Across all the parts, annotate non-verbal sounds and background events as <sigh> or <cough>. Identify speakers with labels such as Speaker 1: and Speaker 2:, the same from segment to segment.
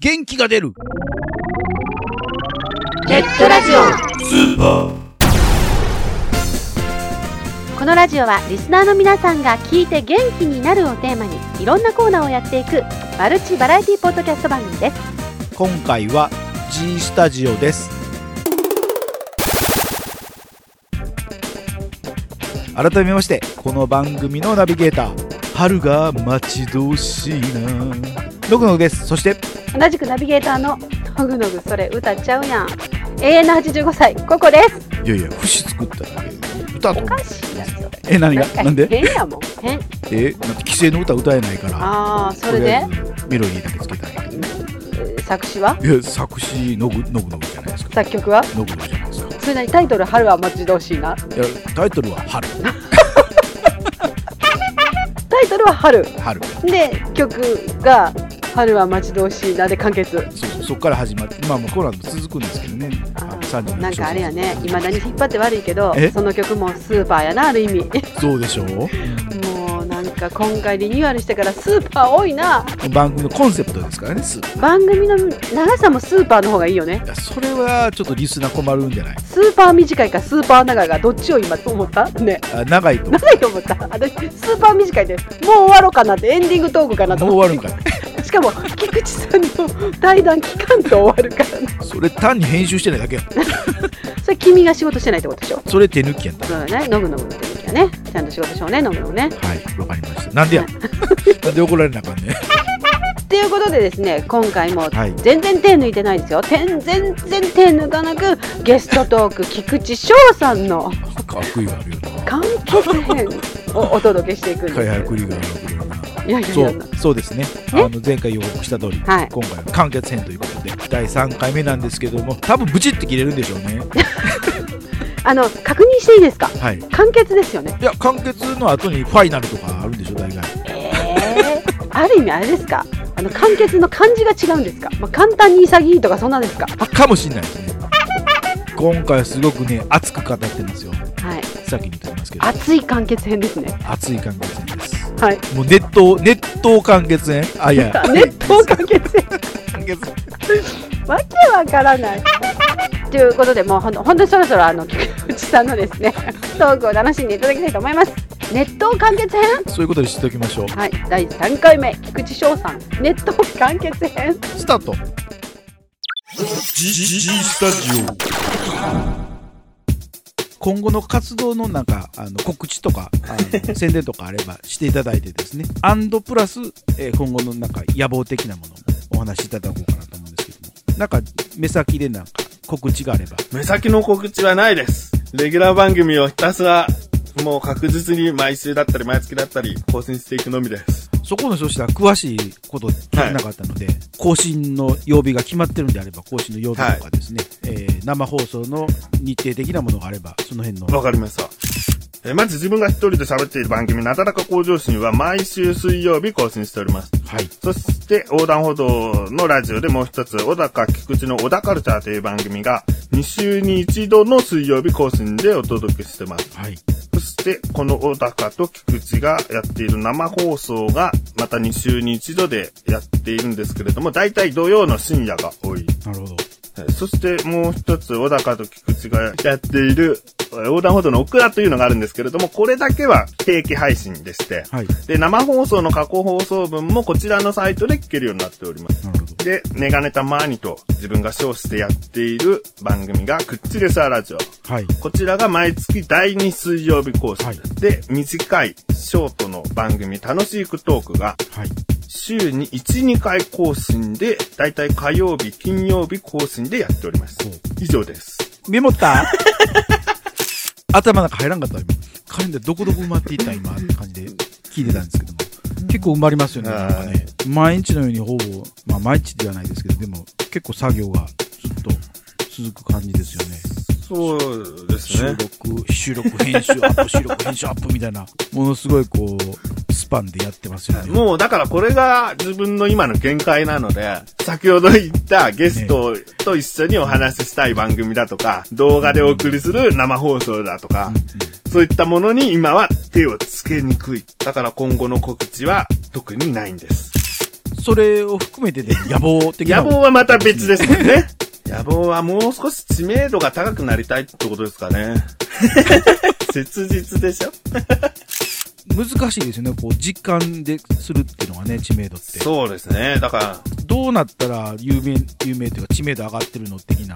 Speaker 1: 元気が出る
Speaker 2: ネットラジオこのラジオはリスナーの皆さんが聞いて元気になるをテーマにいろんなコーナーをやっていくマルチバラエティポッドキャスト番組です
Speaker 1: 今回は G スタジオです改めましてこの番組のナビゲーター春が待ち遠しいなのぐのぐですそして
Speaker 2: 同じくナビゲーターののぐのぐそれ歌っちゃうやん永遠の85歳ココです
Speaker 1: いやいや節作っただけ歌と
Speaker 2: おかしいやつ
Speaker 1: え何が
Speaker 2: なんか
Speaker 1: なんで
Speaker 2: 変やもん変
Speaker 1: えなんか規制の歌歌えないから
Speaker 2: ああそ
Speaker 1: と
Speaker 2: れ
Speaker 1: りあ
Speaker 2: で
Speaker 1: えずメロディーだけつけたんやけど
Speaker 2: えー作詞はい
Speaker 1: や作詞のぐのぐのぐじゃないですか
Speaker 2: 作曲は
Speaker 1: のぐのぐじゃないですか
Speaker 2: それなりタイトル「春は待ち遠しいな」
Speaker 1: いやタイトルは春
Speaker 2: タイトルは「春
Speaker 1: 春」
Speaker 2: で曲が「春は待ち遠しいな」で完結
Speaker 1: そうそうそこから始まってまあもうコロナも続くんですけどね
Speaker 2: あー
Speaker 1: 三十
Speaker 2: なんかあれやねいまだに引っ張って悪いけど
Speaker 1: え
Speaker 2: その曲もスーパーやなある意 <laughs> 味
Speaker 1: そうでしょう
Speaker 2: もうなんか今回リニューアルしてからスーパー多いな
Speaker 1: 番組のコンセプトですからねすい
Speaker 2: 番組の長さもスーパーの方がいいよね
Speaker 1: やそれはちょっとリスナー困るんじゃない
Speaker 2: スーパー短いかスーパー長いかどっちを今と思ったね
Speaker 1: あ長いとも
Speaker 2: 長いと思った私スーパー短いでもう終わろうかなってエンディングトークかな
Speaker 1: う
Speaker 2: と
Speaker 1: 終
Speaker 2: 思っ
Speaker 1: わるんかい
Speaker 2: てしかも菊池さんの対談期間と終わるからね
Speaker 1: それ単に編集してないだけや
Speaker 2: それ君が仕事してないってことでしょ
Speaker 1: それ手抜きやった
Speaker 2: そうだねノグノグの時はねちゃんと仕事しようねノグノグね
Speaker 1: はいわかりましたなんで
Speaker 2: <laughs>
Speaker 1: やなんで怒られなあかんね
Speaker 2: っていうことでですね今回も
Speaker 1: はい
Speaker 2: 全然手抜いてないですよ、全然手抜かなくゲストトーク菊池翔さんの
Speaker 1: 悪意があるよな
Speaker 2: 完結編をお届けしてい <laughs> くんです
Speaker 1: 開
Speaker 2: よ
Speaker 1: 発意があるよない
Speaker 2: やいやい
Speaker 1: そ
Speaker 2: や
Speaker 1: うそうですね
Speaker 2: ね
Speaker 1: あの前回予告した通り、
Speaker 2: はい
Speaker 1: 今回は完結編ということで第3回目なんですけども多分ブチって切れるんでしょうね
Speaker 2: あの確認していいですか
Speaker 1: はい
Speaker 2: 完結ですよね
Speaker 1: いや完結の後にファイナルとかあるんでしょ大概
Speaker 2: えー、ある意味あれですかあの完結の漢字が違うんですか、まあ、簡単に潔いとかそんなんですか
Speaker 1: あかもしんないですね今回はすごくね熱く語ってますよ
Speaker 2: はい
Speaker 1: 先に言っておきますけど
Speaker 2: 熱い完結編ですね
Speaker 1: 熱い完結編です
Speaker 2: はい
Speaker 1: もう熱湯熱湯完結編あいやいや
Speaker 2: 熱湯完結編
Speaker 1: 完結編
Speaker 2: わけわからない。ということで、もうほんと本当にそろそろあの菊池さんのですね、 <laughs> トークを楽しんでいただきたいと思います。ネット完結編
Speaker 1: そういうことにしておきましょう
Speaker 2: はい、第3回目、菊池翔さん、ネット完結編。
Speaker 1: スタート
Speaker 3: G, G, G Stadio.
Speaker 1: 今後の活動のなんかあの告知とかあ <laughs> の宣伝とかあればしていただいてですねアンドプラス、えー今後のなんか野望的なものもお話しいただこうかなと思うんですけどもなんか目先でなんか告知があれば
Speaker 4: 目先の告知はないです。レギュラー番組をひたすら、もう確実に毎週だったり毎月だったり更新していくのみです。
Speaker 1: そこの人たら詳しいこと聞いてなかったので、更新の曜日が決まってるんであれば、更新の曜日とかですね、えー生放送の日程的なものがあれば、その辺の。
Speaker 4: わかりました。えーまず自分が一人で喋っている番組、なだらか向上心は毎週水曜日更新しております。
Speaker 1: はい。
Speaker 4: そして、横断歩道のラジオでもう一つ、小高菊池の小高カルチャーという番組が、2週に1度の水曜日更新でお届けしてます。
Speaker 1: はい。
Speaker 4: そして、この小高と菊池がやっている生放送が、また2週に1度でやっているんですけれども、だいたい土曜の深夜が多い。
Speaker 1: なるほど。
Speaker 4: はいそして、もう一つ、小高と菊池がやっている、えー横断歩道のオクラというのがあるんですけれども、これだけは定期配信でして、
Speaker 1: はい。
Speaker 4: で、生放送の過去放送分もこちらのサイトで聞けるようになっております。
Speaker 1: なるほど。
Speaker 4: で、メガネたまーにと自分が称してやっている番組が、くっちレサーラジオ。
Speaker 1: はい。
Speaker 4: こちらが毎月第2水曜日更新、
Speaker 1: はい
Speaker 4: で、短いショートの番組、楽しいクトークが、
Speaker 1: はい。
Speaker 4: 週に1、2回更新で、だいたい火曜日、金曜日更新でやっております
Speaker 1: ほう。
Speaker 4: 以上です。
Speaker 1: メモった <laughs> 頭なんか入らんかった、今。カレンダーどこどこ埋まっていった、今、って感じで聞いてたんですけども。結構埋まりますよね、なんかね。毎日のようにほぼ、まあ毎日ではないですけど、でも結構作業がずっと続く感じですよね。
Speaker 4: そうで
Speaker 1: 収。録、収録、編集アップ、収録、編集アップみたいな、ものすごいこう、スパンでやってますよね。
Speaker 4: もうだからこれが自分の今の限界なので、先ほど言ったゲストと一緒にお話ししたい番組だとか、動画でお送りする生放送だとか、そういったものに今は手をつけにくい。だから今後の告知は特にないんです。
Speaker 1: それを含めてで野望的な。
Speaker 4: 野望はまた別ですもん <laughs> ね。野望はもう少し知名度が高くなりたいってことですか <laughs> ね。切実でしょ
Speaker 1: 難しいですよね。こう、実感でするっていうのがね、知名度って。
Speaker 4: そうですね。だか
Speaker 1: どうなったら有名、有名というか知名度上がってるの的な。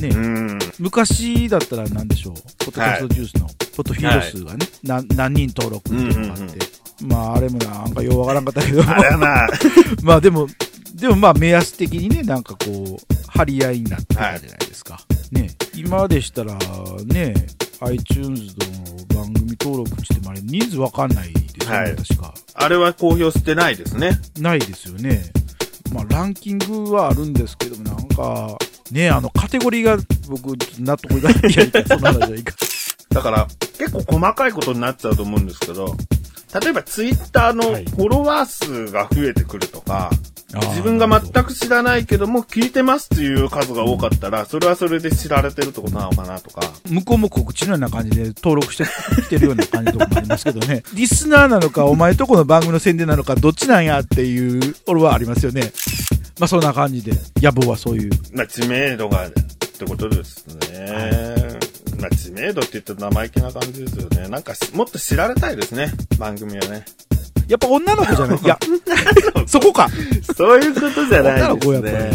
Speaker 1: ね、
Speaker 4: ら、うん。
Speaker 1: 昔だったら何でしょう、ポッドキャストジュースの、ポッドフィード数がね、な何人登録っていうのがあって、
Speaker 4: うんうん
Speaker 1: まああれもなんかようわからんかったけど、
Speaker 4: あれはまあ、
Speaker 1: <laughs> まあでも、でもまあ目安的にね、なんかこう、張り合いになってたじゃないですか。ね、今でしたらね、iTunes の番組登録してもあれ人数わかんないですよね、
Speaker 4: はい
Speaker 1: 確か。
Speaker 4: あれは公表してないですね。
Speaker 1: ないですよね。まあ、ランキングはあるんですけども、なんか、ね、あの、カテゴリーが僕、納得いかない。いやいや、そんな話はいいか。
Speaker 4: だから、結構細かいことになっちゃうと思うんですけど、例えばツイッターの
Speaker 1: はい
Speaker 4: フォロワー数が増えてくるとか、
Speaker 1: あー
Speaker 4: 自分が全く知らないけども聞いてますっていう数が多かったら、それはそれで知られてるってことなのかなとか、
Speaker 1: 向こうも告知のような感じで登録してきてるような感じのとこもありますけどね。リスナーなのか、お前とこの番組の宣伝なのか、どっちなんやっていう、俺はありますよね。まあ、そんな感じで、野望はそういう。
Speaker 4: まあ、知名度がってことですね。まあ、知名度って言ったら生意気な感じですよね。なんかしもっと知られたいですね、番組はね。
Speaker 1: やっぱ女の子じゃないいや、 <laughs> そこか。
Speaker 4: そういうこ
Speaker 1: <laughs>
Speaker 4: とじゃないで
Speaker 1: 女
Speaker 4: す
Speaker 1: の子やっぱり
Speaker 4: ね。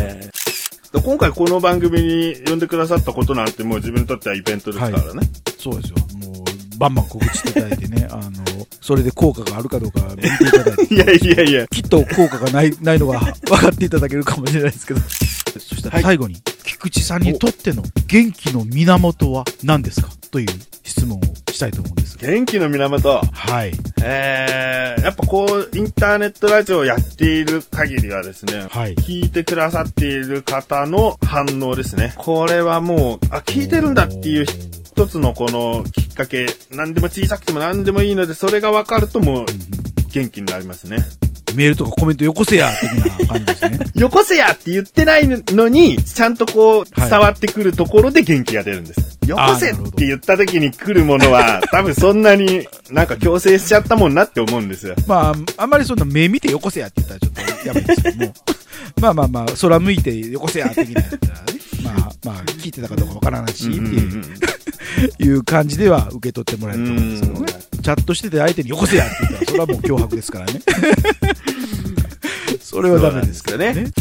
Speaker 4: で今回この番組に呼んでくださったことなんてもう自分にとってはイベントですからね。
Speaker 1: そうですよ。もう、バンバン告知していただいてね、あの、それで効果があるかどうか見ていただいて。
Speaker 4: い、やいやいや。
Speaker 1: きっと効果がない、ない
Speaker 4: <laughs>
Speaker 1: のが分かっていただけるかもしれないですけど。そしたら最後に、菊池さんにとっての元気の源は何ですかという質問をしたいと思うんです。
Speaker 4: 元気の源。
Speaker 1: はい。
Speaker 4: えー、やっぱこう、インターネットラジオをやっている限りはですね、
Speaker 1: はい
Speaker 4: 聞いてくださっている方の反応ですね。これはもう、あ、聞いてるんだっていう一つのこのきっかけ、何でも小さくても何でもいいので、それが分かるともう、元気になりますね。
Speaker 1: メールとかコメントよこせや、的な感じです
Speaker 4: <laughs>
Speaker 1: ね。
Speaker 4: よこせやって言ってないのに、ちゃんとこう、
Speaker 1: はい
Speaker 4: 伝わってくるところで元気が出るんです。よこせっ
Speaker 1: なるほど
Speaker 4: て言った時に来るものは、多分そんなになんか強制しちゃったもんなって思うんですよ。
Speaker 1: まあ、あんまりそんな目見てよこせやって言ったらちょっとやばいですけども。 <laughs> まあまあまあ、空向いてよこせや、的なやったらね。まあまあ、聞いてたかどうかわからないし、って
Speaker 4: <laughs> うんうん
Speaker 1: いううんいう感じでは受け取ってもらえると思うんですけどね
Speaker 4: う。
Speaker 1: チャットしてて相手によこせやって言ったら、それはもう脅迫です
Speaker 4: <laughs>
Speaker 1: からね。それはダメですけど
Speaker 4: そうなん
Speaker 1: ね。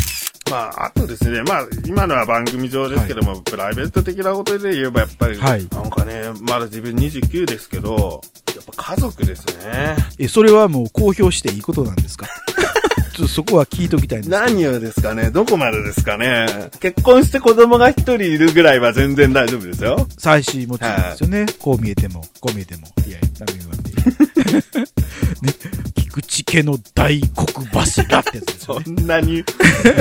Speaker 4: まあ、あとですね、まあ、今のは番組上ですけども、プライベート的なことで言えば、やっぱり、
Speaker 1: はい
Speaker 4: なんかね、まだ自分29ですけど、やっぱ家族ですね。
Speaker 1: え、それはもう公表していいことなんですか <laughs> ちょっとそこは聞いときたいんですけど。
Speaker 4: 何をですかねどこまでですかね結婚して子供が一人いるぐらいは全然大丈夫ですよ。
Speaker 1: 妻子持ちなんですよね。こう見えても、こう見えても。いやいや、ダメ言わんでいいね、菊池家の大黒柱ってやつですよ
Speaker 4: そ
Speaker 1: ね。
Speaker 4: んなに、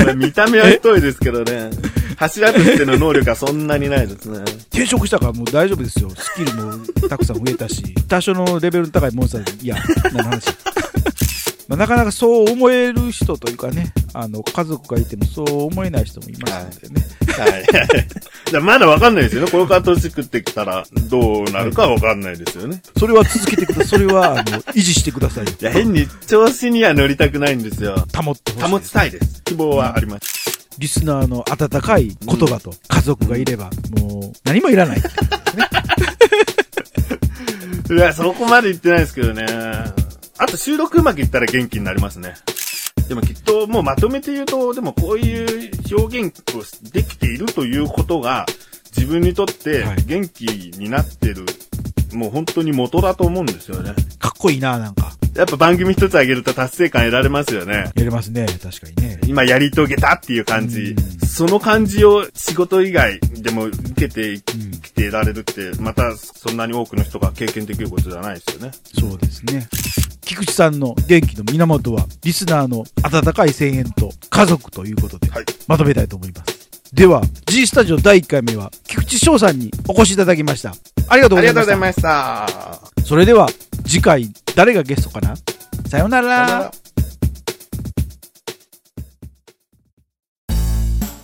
Speaker 4: まあ見た目は太いですけどね。柱としての能力はそんなにない <laughs> ですね。
Speaker 1: 転職したからもう大丈夫ですよ。スキルもたくさん増えた
Speaker 4: <laughs>
Speaker 1: し、多少のレベルの高いモンスター、いや、何の話。まあ、なかなかそう思える人というかね、あの、家族がいてもそう思えない人もいますのでね。
Speaker 4: はい。じゃあまだわかんないですよね。これから年食ってきたらどうなるかわかんないですよね。
Speaker 1: それは続けてください。それは、あの、維持してください。
Speaker 4: いや、変に調子には乗りたくないんですよ。
Speaker 1: 保ってほしい。
Speaker 4: 保ちたいです。希望はあります。
Speaker 1: リスナーの温かい言葉と家族がいれば、もう何もい
Speaker 4: <laughs>
Speaker 1: らない。
Speaker 4: いや、そこまで言ってないですけどね。あと収録うまくいったら元気になりますね。でもきっともうまとめて言うと、でもこういう表現をできているということが、自分にとって
Speaker 1: はい
Speaker 4: 元気になってる、もう本当に元だと思うんですよね。
Speaker 1: かっこいいな、なんか。
Speaker 4: やっぱ番組一つあげると達成感得られますよね。
Speaker 1: やれますね、確かにね。
Speaker 4: 今やり遂げたっていう感じ
Speaker 1: う、
Speaker 4: その感じを仕事以外でも受けてきてられるって、またそんなに多くの人が経験できることじゃないですよね。
Speaker 1: そうですね。菊池さんの元気の源は、リスナーの温かい声援と家族ということで
Speaker 4: はい、
Speaker 1: まとめたいと思います。では、G スタジオ第1回目は、菊池翔さんにお越しいただきました。ありがとう
Speaker 4: あ
Speaker 1: ご
Speaker 4: り
Speaker 1: ざい
Speaker 4: がと
Speaker 1: ま
Speaker 4: うご
Speaker 1: し
Speaker 4: ざ
Speaker 1: た
Speaker 4: い。ました。
Speaker 1: それでは、次回、誰がゲストかなさようなら。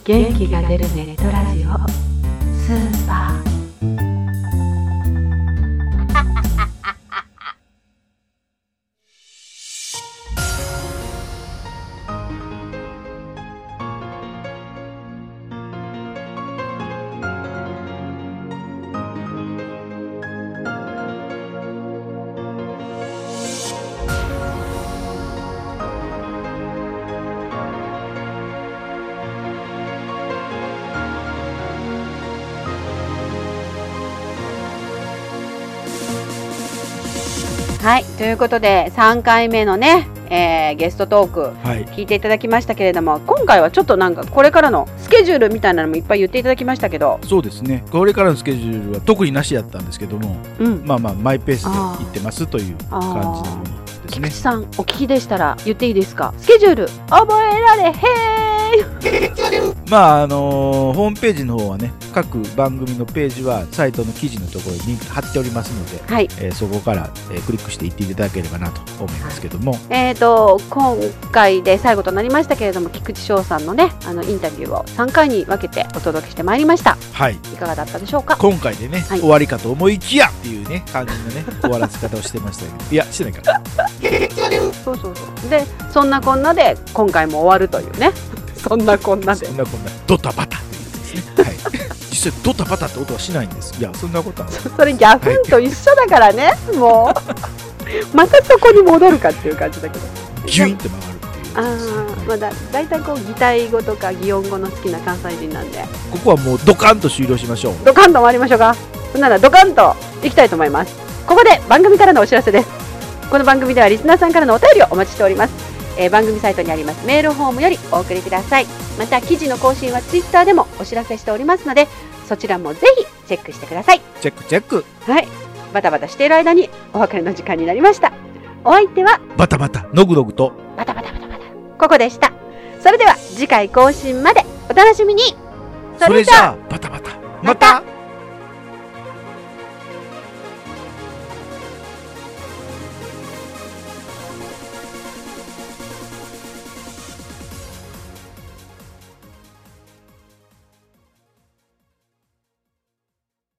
Speaker 2: 元気が出るネットラジオスーパーはい、ということで、3回目のね、えーゲストトーク、
Speaker 1: はい。
Speaker 2: 聞いていただきましたけれども、今回はちょっとなんか、これからのスケジュールみたいなのもいっぱい言っていただきましたけど、
Speaker 1: そうですね。これからのスケジュールは特になしだったんですけども、
Speaker 2: うん、
Speaker 1: まあまあ、マイペースで行ってますという
Speaker 2: あー
Speaker 1: 感じのものです
Speaker 2: 菊
Speaker 1: ね
Speaker 2: 池。さん、お聞きでしたら言っていいですか、スケジュール、覚えられへん
Speaker 1: まあ、あのーホームページの方はね、各番組のページは、サイトの記事のところにリンク貼っておりますので、
Speaker 2: はい、
Speaker 1: えーそこから、えークリックしていっていただければなと思いますけども、
Speaker 2: えー、と今回で最後となりましたけれども菊池翔さんのねあのインタビューを3回に分けてお届けしてまいりました
Speaker 1: はい。
Speaker 2: いかがだったでしょうか
Speaker 1: 今回でね、
Speaker 2: はい
Speaker 1: 終わりかと思いきやっていうね、感じのね、終わらせ方をしてましたけど、いや、してないから。
Speaker 2: そうそうそうでそんなこんなで今回も終わるというね <laughs> そんなこんなで
Speaker 1: そんなこんな、ドタバタっていうやつですね。はい。実際、ドタバタって音はしないんです。いや、そんなことはない。
Speaker 2: それギャフンと一緒だからねも <laughs> うまたそこに戻るかっていう感じだけど
Speaker 1: ギュンって曲がるっていう
Speaker 2: あ
Speaker 1: やつですね
Speaker 2: ー
Speaker 1: は
Speaker 2: まあだ大体こう擬態語とか擬音語の好きな関西人なんで
Speaker 1: いここはもうドカンと終了しましょう。
Speaker 2: ドカンと終わりましょうかそんならドカンといきたいと思いますここで番組からのお知らせですこの番組ではリスナーさんからのお便りをお待ちしております、えー番組サイトにありますメールフォームよりお送りくださいまた記事の更新はツイッターでもお知らせしておりますのでそちらもぜひチェックしてください
Speaker 1: チェックチェック。
Speaker 2: はいバタバタしている間にお別れの時間になりましたお相手は
Speaker 1: バタバタ、ノグノグと、
Speaker 2: バタバタバタバタここでしたそれでは次回更新までお楽しみに
Speaker 1: それじゃあ、バタバタ。また